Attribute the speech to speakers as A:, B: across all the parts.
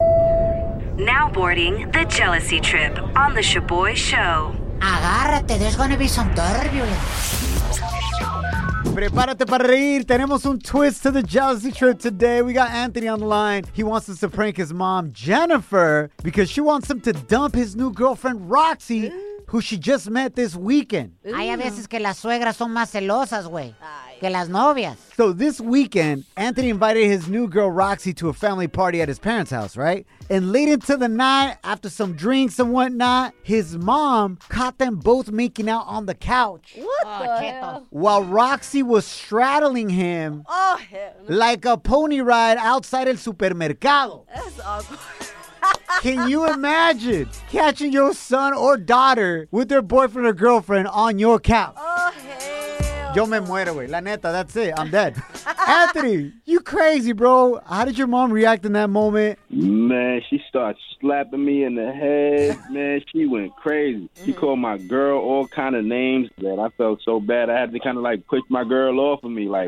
A: Now boarding the jealousy trip on the Shaboy Show.
B: Agárrate, there's gonna be some turbulence.
C: Prepárate para reír. Tenemos un twist to the jealousy trip today. We got Anthony on the line. He wants us to prank his mom, Jennifer, because she wants him to dump his new girlfriend, Roxy, who she just met this weekend.
B: Hay a veces que las suegras son más celosas, güey, que las novias.
C: So this weekend, Anthony invited his new girl Roxy to a family party at his parents' house, right? And late into the night, after some drinks and whatnot, his mom caught them both making out on the couch
B: Oh, chetos.
C: while Roxy was straddling him
D: Oh, hell.
C: like a pony ride outside el supermercado.
D: That's awkward.
C: Can you imagine catching your son or daughter with their boyfriend or girlfriend on your couch?
D: Oh, hell.
C: Yo me muero, güey. La neta, that's it. I'm dead. Anthony, you crazy, bro. How did your mom react in that moment?
E: Man, she started slapping me in the head. Man, she went crazy.
D: Mm.
E: She called my girl all kind of names that I felt so bad. I had to kind of like push my girl off of me.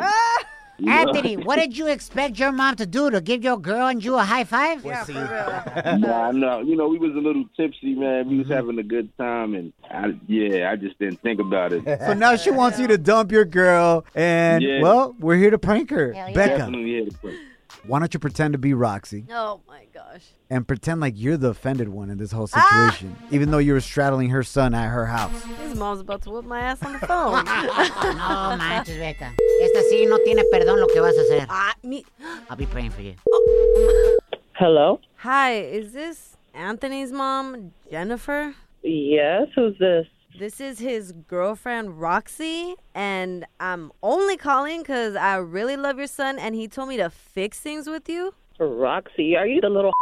E: Like, you know?
B: Anthony, what did you expect your mom to do? To give your girl and you a high five?
D: Yeah, for real.
E: nah, no, you know, we was a little tipsy, man. We was
D: Mm-hmm.
E: having a good time, and I, yeah, I just didn't think about it.
C: So now she wants you to dump your girl, and
E: Yeah.
C: well, we're here to prank her.
B: Hell yeah.
C: Becca,
E: Definitely had to put-
C: why don't you pretend to be Roxy
D: Oh, my gosh.
C: and pretend like you're the offended one in this whole
B: Ah!
C: situation, even though you were straddling her son at her house?
D: His mom's about to whip my ass on the phone.
B: No manches, Beca. Esta sí no tiene perdón lo que vas a hacer.
D: ah, me.
B: I'll be praying for you.
F: Hello?
D: Hi, is this Anthony's mom, Jennifer?
F: Yes, who's this?
D: This is his girlfriend, Roxy, and I'm only calling because I really love your son and he told me to fix things with you.
F: Roxy. Are you the little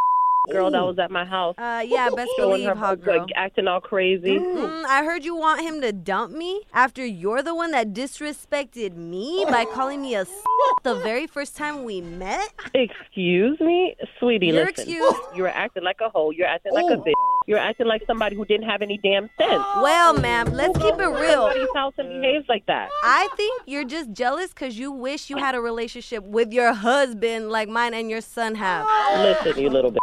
F: girl that was at my house?
D: Uh, yeah, best
F: Showing
D: believe, hot girl.
F: like acting all crazy.
D: Mm, I heard you want him to dump me after you're the one that disrespected me by calling me a s- the very first time we met.
F: Excuse me, sweetie.
D: You're
F: listen,
D: excused.
F: you were acting like a hoe. You're acting like a bitch. You're acting like somebody who didn't have any damn sense.
D: Well, ma'am, let's keep it real.
F: Somebody's house and behaves like that.
D: I think you're just jealous because you wish you had a relationship with your husband like mine and your son have.
F: Listen, you little bitch.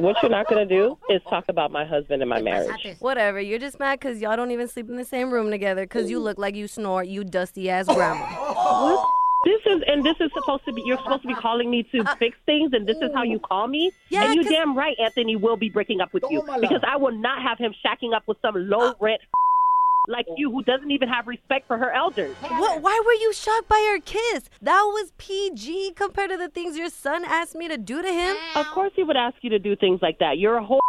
F: What you're not gonna do is talk about my husband and my marriage.
B: Pasates.
D: Whatever, you're just mad because y'all don't even sleep in the same room together because you look like you snort, you dusty ass grandma.
F: This is and this is supposed to be. You're supposed to be calling me to fix things, and this is how you call me.
D: Uh, oh. Yeah,
F: and you
D: 'cause-
F: damn right, Anthony will be breaking up with you because I will not have him shacking up with some
D: Uh.
F: low rent like you who doesn't even have respect for her elders.
D: What, why were you shocked by her kiss? That was PG compared to the things your son asked me to do to him.
F: Of course, he would ask you to do things like that. You're a whole.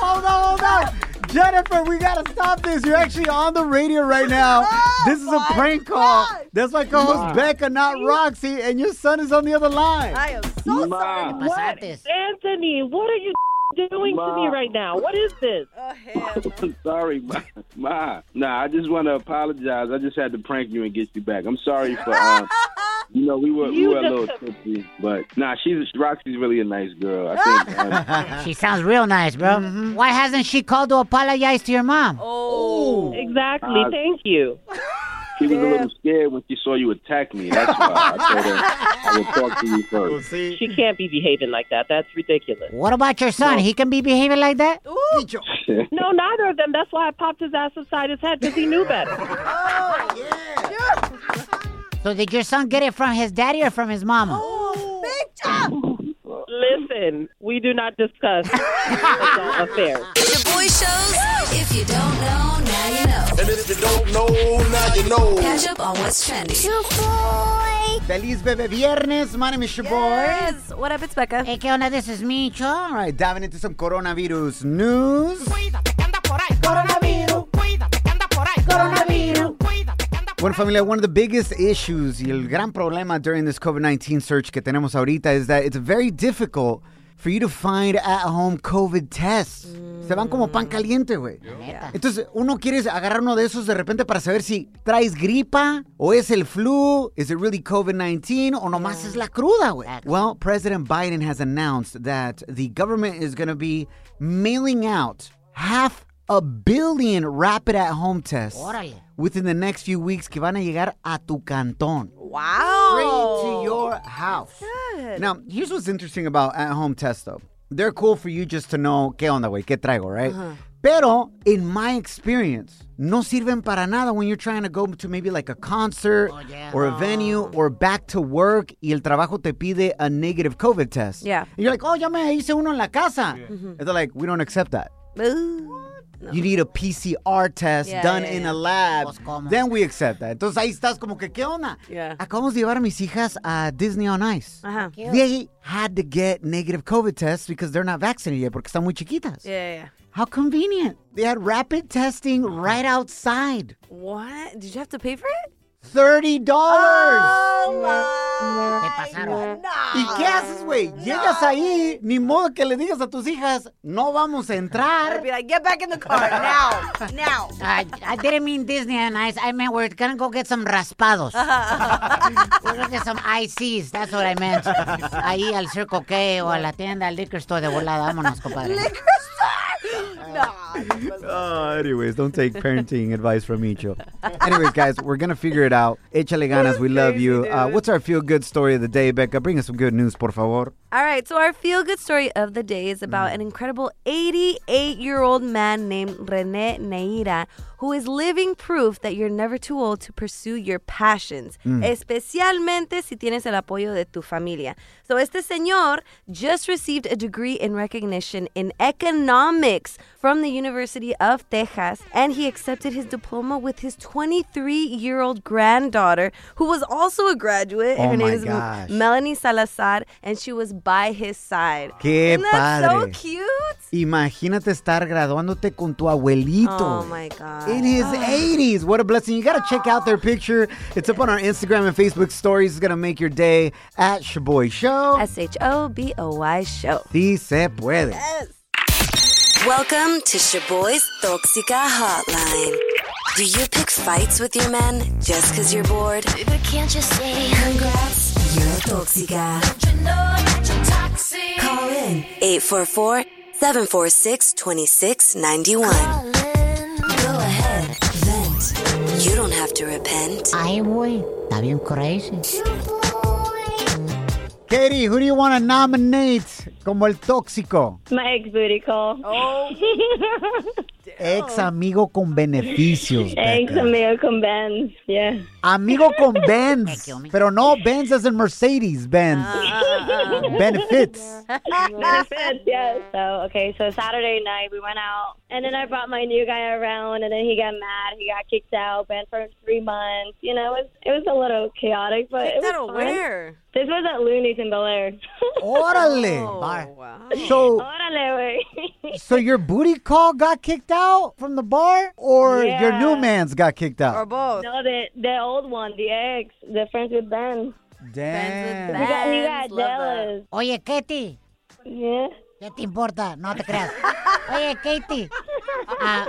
C: Hold on, hold on. Jennifer, we gotta stop this. You're actually on the radio right now.
B: Oh
C: this is a prank call. That's my co-host Becca, not Roxy, and your son is on the other line.
D: I am so sorry.
E: Ma,
B: Pasates.
F: Anthony, what are you doing to me
E: Mom.
F: right now? What is this?
D: Oh, hell.
E: I'm sorry, ma. ma. Nah, I just want to apologize. I just had to prank you and get you back. I'm sorry for, um, you know, we were we
F: You
E: were a
F: just-
E: little tipsy, but nah, she's Roxy's really a nice girl. I think. um,
B: She sounds real nice, bro.
C: Mm-hmm.
B: Mm-hmm. Why hasn't she called to apologize to your mom?
D: Oh.
F: Exactly.
E: Uh,
F: Thank you.
E: She was a little scared when she saw you attack me. That's why I told her I would talk to you first.
C: See?
F: She can't be behaving like that. That's ridiculous.
B: What about your son? He can be behaving like that?
F: No, neither of them. That's why I popped his ass upside his head because he knew better.
B: So did your son get it from his daddy or from his mama?
C: Oh.
F: Listen, we do not discuss adult affairs.
G: Shaboy Shows.
A: If you don't know, now you know.
H: And if you don't know, now you know.
A: Catch up on what's trending.
C: Feliz Bebe Viernes. My name is Shaboy.
D: Yes. What up, it's Becca.
B: Hey, ¿qué onda? This is Micho.
C: All right, diving into some coronavirus news.
I: Cuídate que anda por ahí. Coronavirus. Cuídate que anda por ahí. Coronavirus. Cuídate que anda
C: Bueno, familia, one of the biggest issues y el gran problema during this COVID 19 search que tenemos ahorita is that it's very difficult for you to find at home COVID tests. Se van como pan caliente, güey. Entonces, uno quiere agarrar uno de esos de repente para saber si traes gripa o es el flu, is it really COVID-19 o nomás es la cruda, güey. Well, President Biden has announced that the government is going to be mailing out half a billion rapid at home tests
B: Órale.
C: within the next few weeks que van a llegar a tu cantón.
D: Wow.
C: Straight to your house. Now, here's what's interesting about at home tests, though. They're cool for you just to know qué onda, güey, qué traigo, right? Pero, in my experience, no sirven para nada when you're trying to go to maybe like a concert
B: yeah.
C: or a venue or back to work y el trabajo te pide a negative COVID test.
D: Yeah.
C: And you're like, oh, ya me hice uno en la casa. And they're like, we don't accept that.
D: Ooh.
C: You need a PCR test
D: Yeah,
C: done
D: yeah,
C: in
D: yeah.
C: a lab.
B: Pues, ¿cómo?
C: Then we accept that. Entonces ahí estás como que, ¿qué onda?
D: Yeah. Ah,
C: Acabamos de llevar a mis hijas a Disney on Ice.
D: Ajá.
C: They had to get negative COVID tests because they're not vaccinated yet porque están muy chiquitas.
D: Yeah, yeah, yeah.
C: How convenient. They had rapid testing
D: Ah.
C: right outside.
D: What? Did you have to pay for it?
C: $30.
D: Ah. my.
B: Te pasaron.
C: ¿Y qué haces, güey? Llegas ahí, ni modo que le digas a tus hijas, no vamos a entrar.
D: Be like, get back in the car now, now.
B: I, I didn't mean Disney and Ice. I meant we're gonna go get some raspados. we're gonna get some ICs. That's what I meant. Ahí al Circo K o a la tienda, al liquor store de volada. Vámonos, compadre.
C: Oh, anyways, don't take parenting advice from Micho. Anyways, guys, we're gonna figure it out. Échale ganas, we love you. Uh, what's our feel good story of the day, Becca? Bring us some good news, por favor.
D: All right, so our feel good story of the day is
C: Mm.
D: about an incredible 88 year old man named Rene Neira who is living proof that you're never too old to pursue your passions,
C: Mm.
D: especialmente si tienes el apoyo de tu familia. So, este señor just received a degree in recognition in economics from the University of Texas, and he accepted his diploma with his 23 year old granddaughter, who was also a graduate.
C: Oh
D: Her name
C: my
D: is M-
C: gosh.
D: Melanie Salazar, and she was by his side.
C: Qué
D: Isn't that
C: padre.
D: so cute?
C: Imagínate estar graduándote con tu abuelito.
D: Oh my god.
C: In his 80s. What a blessing. You got to check out their picture. It's up on our Instagram and Facebook stories. It's going to make your day at Shaboy Show.
D: S H O B O Y show.
C: Sí se puede.
A: Welcome to Shaboy's Toxica Hotline. Do you pick fights with your men just because you're bored?
J: But can't you say
A: Congrats, you're Toxica.
J: you know that you're toxic?
A: Call in 844 746 2691. Go ahead, vent. You don't have to repent.
B: Ay, güey. Está bien crazy.
C: Katie, who do you want to nominate como el tóxico?
K: My ex booty call. Oh.
C: Ex amigo con beneficios.
K: Ex
C: Becca.
K: American bands. Yeah.
C: Amigo con Benz.
B: Thank you.
C: Pero no Benz as in Mercedes Benz.
K: Ah.
C: Benefits.
K: Benefits, yes. So okay, so Saturday night we went out, and then I brought my new guy around, and then he got mad. He got kicked out, banned for three months. You know, it was it was a little chaotic, but it was
D: That'll
K: fun.
D: wear.
K: This was at Looney's in Bel Air.
C: Órale.
D: Oh, wow.
C: So,
K: Órale, wey.
C: so your booty call got kicked out from the bar, or your new
K: Yeah.
C: man's got kicked
D: Or
C: out?
D: both.
K: no, the the old one, the ex, the friends with Ben.
C: Damn.
K: He got, he got
D: Friends, love that.
K: jealous.
B: Oye, Katie.
K: Yeah.
B: ¿Qué te importa? No te creas. Oye, Katie. ah,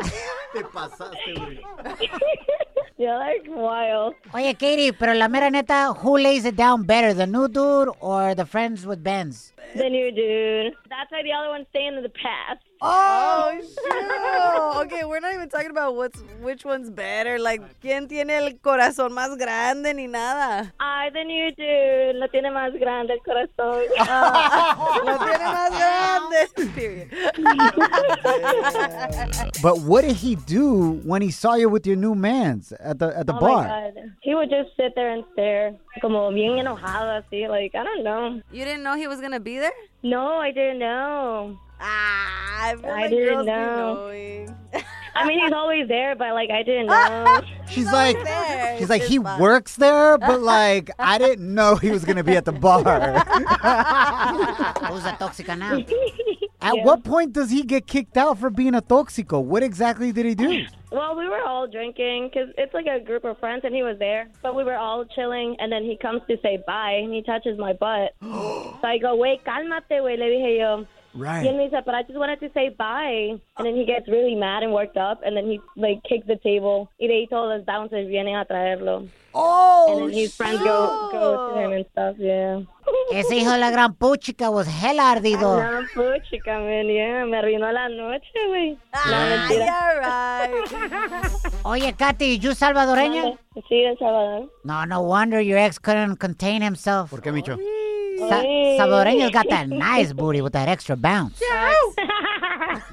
K: Yeah, like wild.
B: oye, Katie, pero la mera neta, who lays it down better, the new dude or the friends with Benz?
K: The new dude. That's why the other one's staying in the past.
D: Oh, shoot. Okay, we're not even talking about what's which one's better. Like, ¿quién tiene el corazón más grande ni nada?
K: Ay, the new dude. Lo tiene más grande el corazón.
D: Lo tiene más grande. Period.
C: But what did he do when he saw you with your new man's at the at the
K: Oh
C: bar?
K: my god. He would just sit there and stare. Como bien enojado así. Like, I don't know.
D: You didn't know he was going to be there?
K: No, I didn't know.
D: Ah, I feel
K: I
D: like
K: didn't
D: girls
K: know.
D: be knowing.
K: I mean, he's always there, but like, I didn't know.
C: She's like,
D: there.
C: she's like,
D: It's
C: he
D: fine.
C: works there, but like, I didn't know he was gonna be at the bar.
B: Who's the tóxica now?
C: At
K: Yeah.
C: what point does he get kicked out for being a toxico? What exactly did he do?
K: Well, we were all drinking 'cause it's like a group of friends, and he was there. But we were all chilling, and then he comes to say bye, and he touches my butt. so I go, wait, cálmate, güey. Le dije yo.
C: Right.
K: Y él me dice, but I just wanted to say bye. And then he gets really mad and worked up, and then he like kicks the table. Y de ahí todos los bouncers vienen a traerlo.
C: Oh,
K: And then his friends go, go to him and stuff, yeah.
B: Ese hijo de la gran puchica was hella
L: Oh.
B: ardido.
K: No, pues, chica, man, yeah. Me arruinó la noche, güey.
D: Ah, yeah, right.
B: Oye, Katy, ¿you salvadoreña?
K: Sí, El Salvador.
B: No, no wonder your ex couldn't contain himself.
C: ¿Por qué, Micho?
B: Sa- Salvadoreños got that nice booty with that extra bounce.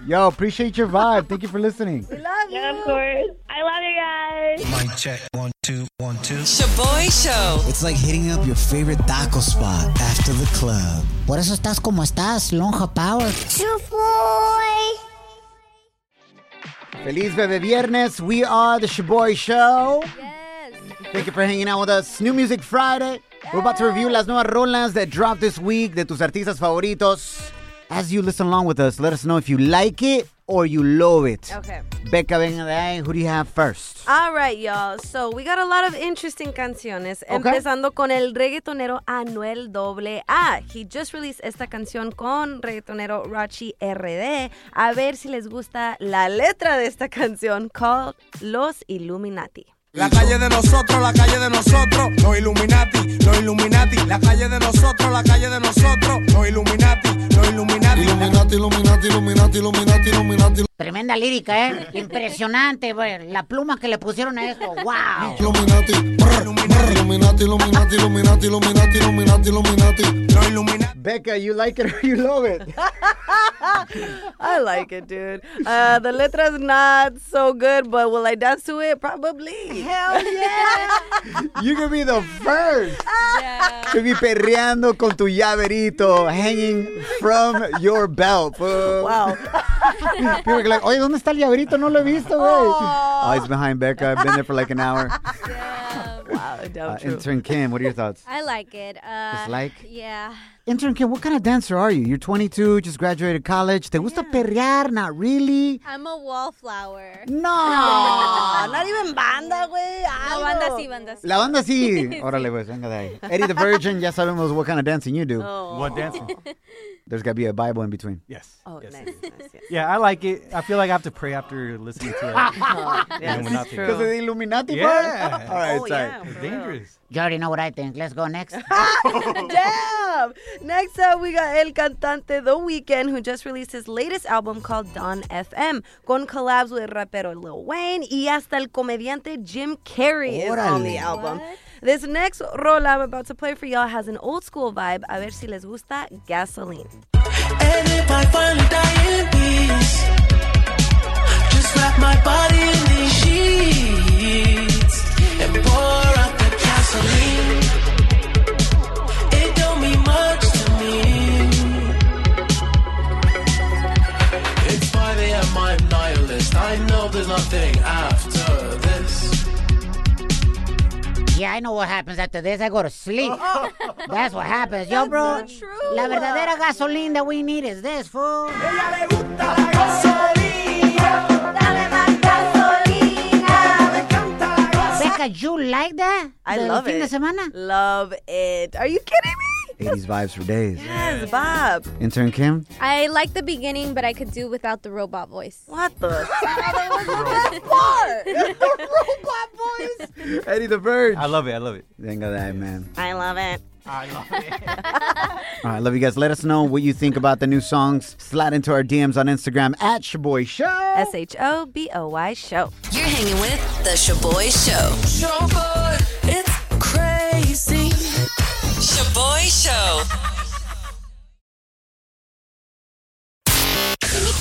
C: Yo, appreciate your vibe. Thank you for listening.
K: Yeah, of course. I love you guys.
G: Mic check. One, two, one, two.
F: Shaboy Show.
G: It's like hitting up your favorite taco spot after the club.
B: Por eso estás como estás, lonja power.
C: Feliz Bebe Viernes. We are the Shaboy Show.
D: yes.
C: Thank you for hanging out with us. New Music Friday. We're about to review las nuevas rolas that dropped this week de tus artistas favoritos. As you listen along with us, let us know if you like it or you love it.
D: Okay.
C: Becca, venga de ahí. Who do you have first?
D: All right, y'all. So we got a lot of interesting canciones. Empezando con el reggaetonero Anuel AA. He just released esta canción con reggaetonero Rachi RD. A ver si les gusta la letra de esta canción called Los Illuminati.
H: La calle de nosotros, la calle de nosotros, los Illuminati, los Illuminati. La calle de nosotros, la calle de nosotros, los Illuminati, los Illuminati. Illuminati, Illuminati, Illuminati, Illuminati, Illuminati,
B: Tremenda lírica, ¿eh? Impresionante, güey. La pluma que le pusieron a esto, wow.
H: Illuminati, Illuminati, Illuminati, Illuminati, Illuminati, Illuminati, Illuminati, los Illuminati.
C: Becca, you like it or you love it?
D: I like it, dude. Uh, the letra's not so good, but will I dance to it? Probably. Hell yeah.
C: You could be the first. To be perreando con tu llaverito hanging from your belt. fool.
D: wow.
C: People are like, oye, ¿dónde está el llaverito? No lo he visto, güey. Oh, he's behind Becca. I've been there for like an hour.
D: Wow, damn
C: Uh,
D: true.
C: intern Kim, what are your thoughts?
K: I like it. Uh,
C: Just like.
K: yeah.
C: Intern Kim, what kind of dancer are you? You're 22, just graduated college. ¿Te gusta perrear? Not really.
K: I'm a wallflower.
C: No.
D: Ah, not even banda, güey.
K: No,
D: algo.
K: banda sí, banda sí.
C: La banda sí. Órale, pues, venga de ahí. Eddie the Virgin, ya sabemos what kind of dancing you do.
D: Oh,
C: There's got to be a Bible in between.
M: Yes.
D: oh nice, nice, yes.
M: Yeah, I like it. I feel like I have to pray after listening to it.
D: Yes,
M: we're not
D: Oh, true.
M: doing
C: Because of the Illuminati part?
M: Yeah.
C: All right,
D: Oh,
C: sorry.
D: yeah, for
M: It's
D: real.
M: dangerous.
B: You already know what I think. Let's go next.
D: Damn! Next up, we got El Cantante The Weeknd, who just released his latest album called Don FM, con collabs with rapero Lil Wayne y hasta el comediante Jim Carrey is on the
C: Órale.
D: album. This next rola I'm about to play for y'all has an old school vibe. A ver si les gusta Gasoline.
G: And if I finally die in peace, just wrap my body in these sheets and pour out the gasoline. It don't mean much to me. It's Friday, I'm a nihilist. I know there's nothing after this.
B: Yeah, I know what happens after this. I go to sleep. That's what happens. Yo, bro.
D: not true.
B: La verdadera gasolina that we need is this, fool. Becca, you like that?
D: I
B: Del
D: love
B: fin
D: it.
B: de semana?
D: Love it. Are you kidding me?
C: 80s vibes for days.
D: Yes, Bob.
C: Intern Kim?
K: I like the beginning, but I could do without the robot voice.
D: What the? that part.
C: Eddie the Virgin.
M: I love it. I love it.
C: Venga de ahí, man.
D: I love it.
C: All right, love you guys. Let us know what you think about the new songs. Slide into our DMs on Instagram at Shaboy Show.
D: S H O B O Y show.
A: You're hanging with The Shaboy Show.
F: Shaboy, it's crazy. Shaboy Show.
A: Ooh,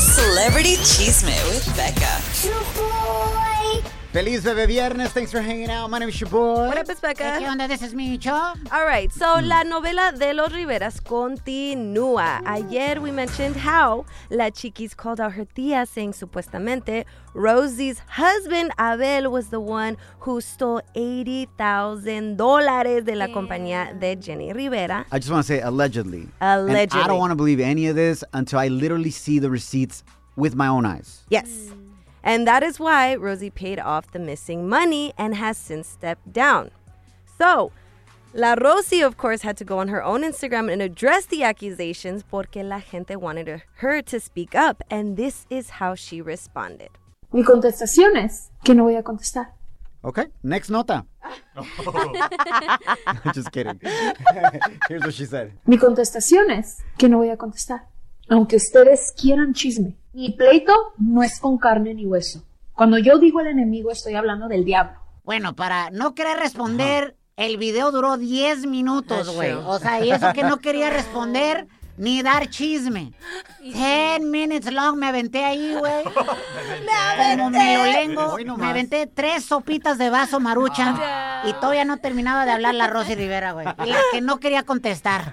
A: celebrity cheesemate with Becca.
C: Feliz Bebe Viernes. Thanks for hanging out. My name is your boy.
D: What up, it's Becca.
B: ¿Qué onda? This is Micho.
D: All right, so la novela de los Riveras continúa. Ayer we mentioned how La Chiquis called out her tía saying supuestamente Rosie's husband Abel was the one who stole 80,000 dólares de la compañía de Jenny Rivera.
C: I just want to say allegedly. And I
D: Allegedly.
C: don't want to believe any of this until I literally see the receipts with my own eyes.
D: Yes. And that is why Rosie paid off the missing money and has since stepped down. So, La Rosie, of course, had to go on her own Instagram and address the accusations porque la gente wanted her to speak up. And this is how she responded.
L: Mi contestación es que no voy a contestar.
C: Okay, next nota. just kidding. Here's what she said.
L: Mi contestación es que no voy a contestar. Aunque ustedes quieran chisme. Mi pleito no es con carne ni hueso. Cuando yo digo el enemigo, estoy hablando del diablo.
B: Bueno, para no querer responder, el video duró 10 minutos,
L: That's
B: güey.
L: true.
B: O sea, y eso que no quería responder ni dar chisme. 10 minutes long me aventé ahí, güey. Como miolengo,
G: Hoy nomás.
B: me aventé tres sopitas de vaso marucha y todavía no terminaba de hablar la Rosy Rivera, güey. Y La que no quería contestar.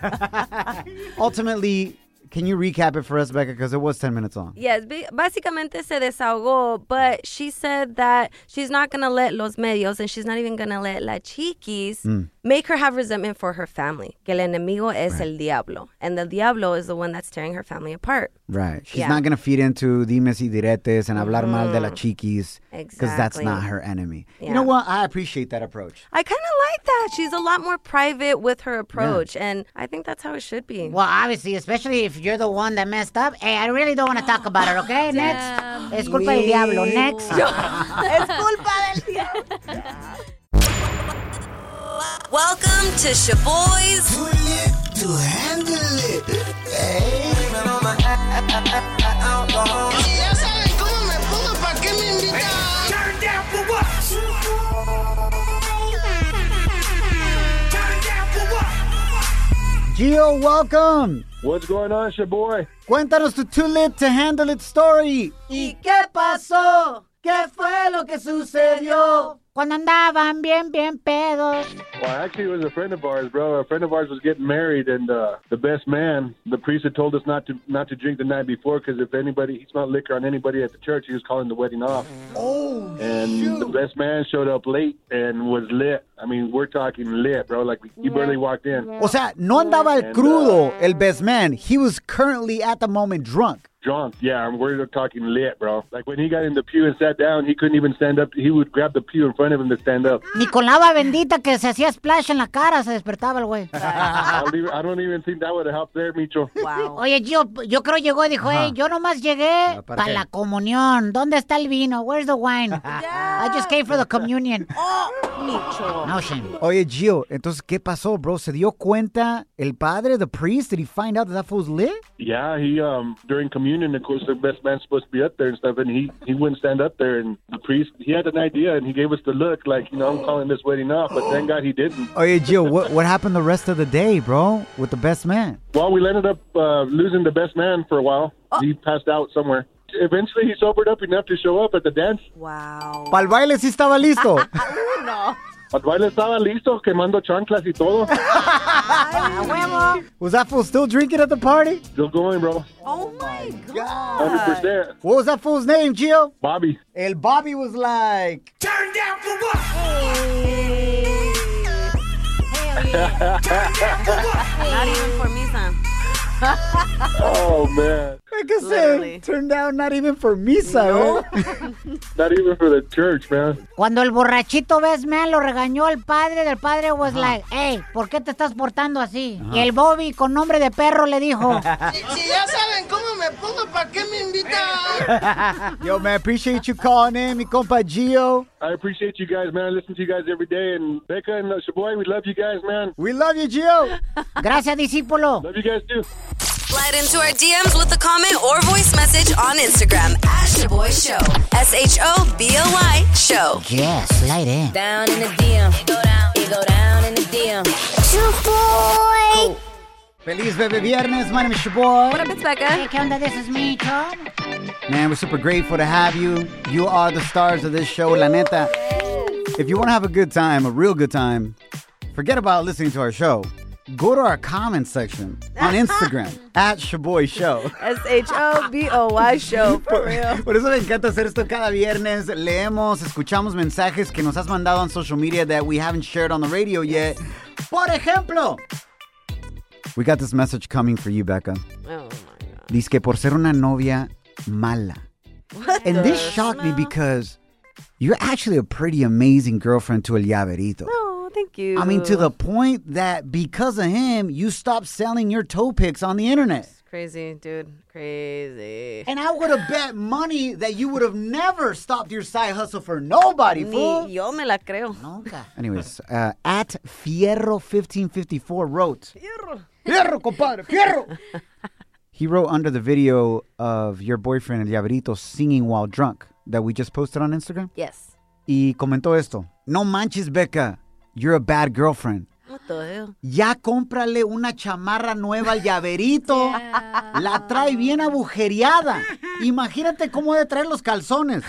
C: Ultimately, can you recap it for us, Becca? Because it was 10 minutes long.
D: Yes, ba- básicamente se desahogó, but she said that she's not going to let los medios and she's not even going to let la chiquis
C: Mm.
D: make her have resentment for her family. Que el enemigo es el diablo. And the diablo is the one that's tearing her family apart.
C: Right. She's
D: Yeah.
C: not going to feed into dimes y diretes and hablar mal de la
B: Mm-hmm.
C: chiquis. Because that's
D: Exactly.
C: not her enemy. You
D: Yeah.
C: know what? I appreciate that approach.
D: I kind of like that. She's a lot more private with her approach, and I think that's how it should be.
B: Well, obviously, especially if you're the one that messed up. Hey, I really don't want to talk about it, okay? Next. Es culpa del diablo. Next.
D: es culpa del
A: Welcome to Shaboy's
G: To handle it. Ya saben cómo me pongo, ¿para qué me invitan? Turn down for what? Turn down for what?
C: Gio, welcome.
E: What's going on, it's your boy?
C: Cuéntanos tu too lit to handle it story.
B: ¿Y qué pasó? ¿Qué fue lo que sucedió? Cuando andaban bien, bien pedos.
E: Well, actually, it was a friend of ours, bro. A friend of ours was getting married, and uh, the best man, the priest, had told us not to not to drink the night before because if anybody he smelled liquor on anybody at the church, he was calling the wedding off.
G: Oh,
E: And the best man showed up late and was lit. I mean, we're talking lit, bro. Like he barely walked in.
C: O sea, no andaba el
E: And, uh,
C: crudo, el best man. He was currently at the moment drunk.
E: drunk. Yeah, and we're talking lit, bro. Like when he got in the pew and sat down, he couldn't even stand up. He would grab the pew in front of him to stand up.
B: Ni con lava bendita que se hacía splash en la cara se despertaba el güey.
E: I'll leave- I don't even think that would have helped there, Micho.
B: Oye, yo, yo creo llegó y dijo,
E: Ajá. Ah,
B: hey, yo nomás llegué
E: ¿para
B: para
E: qué?
B: la comunión. ¿Dónde está el vino? Where's the wine? I just came for the communion.
E: Oh,
B: No shame.
C: Oye, Gio, entonces, ¿qué pasó, bro? ¿Se dio cuenta el padre, the priest? Did he find out that that fool's lit?
E: Yeah, he um during communion, of course, the best man's supposed to be up there and stuff, and he he wouldn't stand up there. And the priest, he had an idea, and he gave us the look, like you know, I'm calling this wedding off, but thank God he didn't.
C: Oye, Gio, what, what happened the rest of the day, bro, with the best man?
E: Well, we ended up uh, losing the best man for a while. He passed out somewhere. Eventually, he sobered up enough to show up at the dance.
D: Wow.
C: Pa'l baile sí estaba listo.
D: no.
E: El baile estaba listo, quemando chanclas y todo.
C: Was that fool still drinking at the party?
E: Still going, bro.
D: Oh my
E: Hundred percent.
C: What was that fool's name, Gio?
E: Bobby.
C: El Bobby was like,
G: Turn down for what?
D: Not even for me, son.
E: Oh man,
C: like I said, turned down not even for misa, eh? no.
E: not even for the church, man.
B: Cuando el borrachito best man lo regañó el padre del padre was like, hey, ¿por qué te estás portando así?
G: Ajá.
B: Y el Bobby con nombre de perro le dijo,
G: Si ya saben cómo me pongo, ¿para qué me invitan?
C: Yo, man, appreciate you calling in, mi compa Gio.
E: I appreciate you guys, man. I listen to you guys every day, and Becca and uh, Shaboy, we love you guys, man.
C: We love you, Gio.
B: gracias discípulo.
E: Love you guys too.
A: Slide into our DMs with a comment or voice message on Instagram at Shaboy Show. S H O B O Y Show.
B: Yes, slide in.
A: Down in the DM. Go down. go down in the DM.
C: Feliz Bebe Viernes, my name is Shaboy.
D: What up, it's Becca.
B: ¿Qué onda? This is me, John.
C: Man, we're super grateful to have you. You are the stars of this show, La Neta. If you want to have a good time, a real good time, forget about listening to our show. Go to our comment section on Instagram at Shaboy Show.
D: S H O B O Y show, for real.
C: Por eso me encanta hacer esto cada viernes. Leemos, escuchamos mensajes que nos has mandado on social media that we haven't shared on the radio yet. Por ejemplo, we got this message coming for you, Becca.
D: Oh,
C: Dice que por ser una novia mala.
D: What
C: And this
D: the
C: shocked me because you're actually a pretty amazing girlfriend to El Llaverito.
D: Oh, thank you.
C: I mean, to the point that because of him, you stopped selling your toe pics on the internet.
D: Crazy, dude. Crazy.
C: And I would have bet money that you would have never stopped your side hustle for nobody, fool.
D: Ni yo me la creo.
C: Nunca. Anyways, uh, at Fierro1554 wrote, Fierro, compadre, Fierro. he wrote under the video of your boyfriend, El Llaverito, singing while drunk that we just posted on Instagram.
D: Yes.
C: Y comentó esto, No manches, Becca, you're a bad girlfriend.
D: What the hell?
C: Ya cómprale una chamarra nueva al llaverito. La trae bien agujereada. Imagínate cómo debe traer los calzones.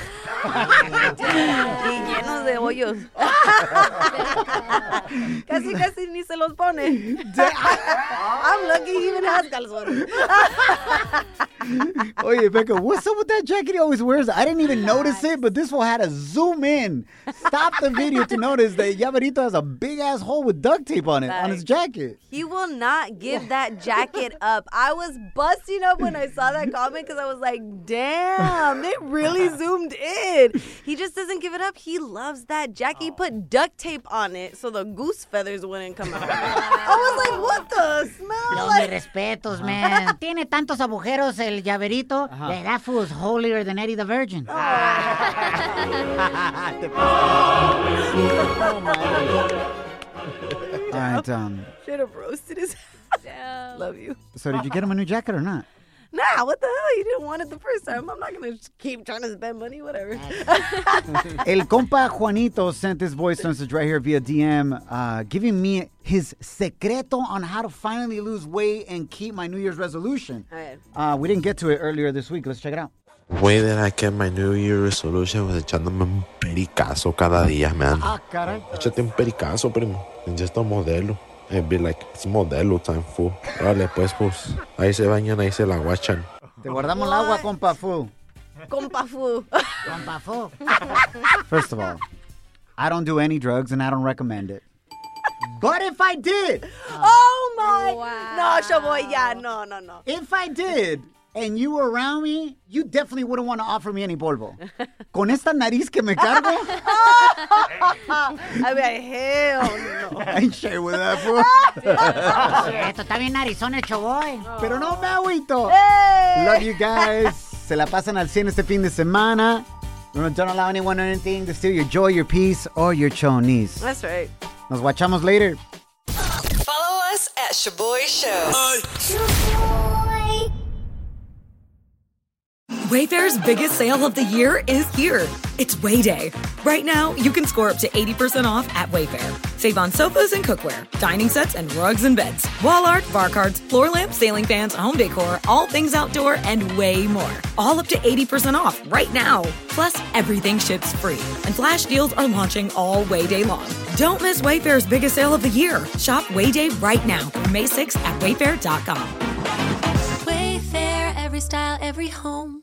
D: Y llenos de hoyos. casi, casi ni se los pone. I'm lucky he even has calzones.
C: Oye, Becca, what's up with that jacket he always wears? I didn't even notice it, but this fool had to zoom in, stop the video to notice that Llaverito has a big ass hole with duct tape on it, on his jacket.
D: He will not give that jacket up. I was busting up when I saw that comment because I was like, damn, it really zoomed in. He just doesn't give it up. He loves that jacket. He put duct tape on it so the goose feathers wouldn't come out. I was like, what the smell?
B: Los
D: Like,
B: mis respetos, man. Tiene tantos agujeros el llaverito. Le da fool's holier than Eddie the Virgin.
C: All right, um,
D: should have roasted his Love you.
C: so did you get him a new jacket or not?
D: Nah, what the hell? You didn't want it the first time. I'm not going to keep trying to spend money, whatever.
C: El compa Juanito sent this voice message right here via DM, uh, giving me his secreto on how to finally lose weight and keep my New Year's resolution. Uh, we didn't get to it earlier this week. Let's check it out.
N: Way that I get my New Year resolution was echándome un pericazo cada día, man.
C: Ah, caray.
N: Échate un pericazo, primo. Ingesta un modelo. It'd be like, it's modelo time, fool. Vale, pues, pues. Ahí se bañan, ahí se la guachan.
C: Te guardamos el agua, compa Fu.
D: Compa fu.
B: Compa fu.
C: First of all, I don't do any drugs and I don't recommend it. But if I did,
D: Oh my. No, yo voy ya. No, no, no.
C: if I did, and you were around me, you definitely wouldn't want to offer me any polvo. Con esta nariz que me cargo,
D: I mean, hell no.
C: I ain't share with that fool.
B: Esto está bien narizón el choboy.
C: Pero no me agüito.
D: ¡Eh!
C: Love you guys. Se la pasan al 100 este fin de semana. Don't don't allow anyone or anything to steal your joy, your peace, or your chonies.
D: That's right.
C: Nos guachamos later.
F: Follow us at Shaboy Show.
O: Wayfair's biggest sale of the year is here. It's Way Day. Right now, you can score up to 80% off at Wayfair. Save on sofas and cookware, dining sets and rugs and beds, wall art, bar cards, floor lamps, sailing fans, home decor, all things outdoor, and way more. All up to 80% off right now. Plus, everything ships free. And flash deals are launching all Way Day long. Don't miss Wayfair's biggest sale of the year. Shop Way Day right now through May 6th at wayfair.com.
J: Wayfair, every style, every home.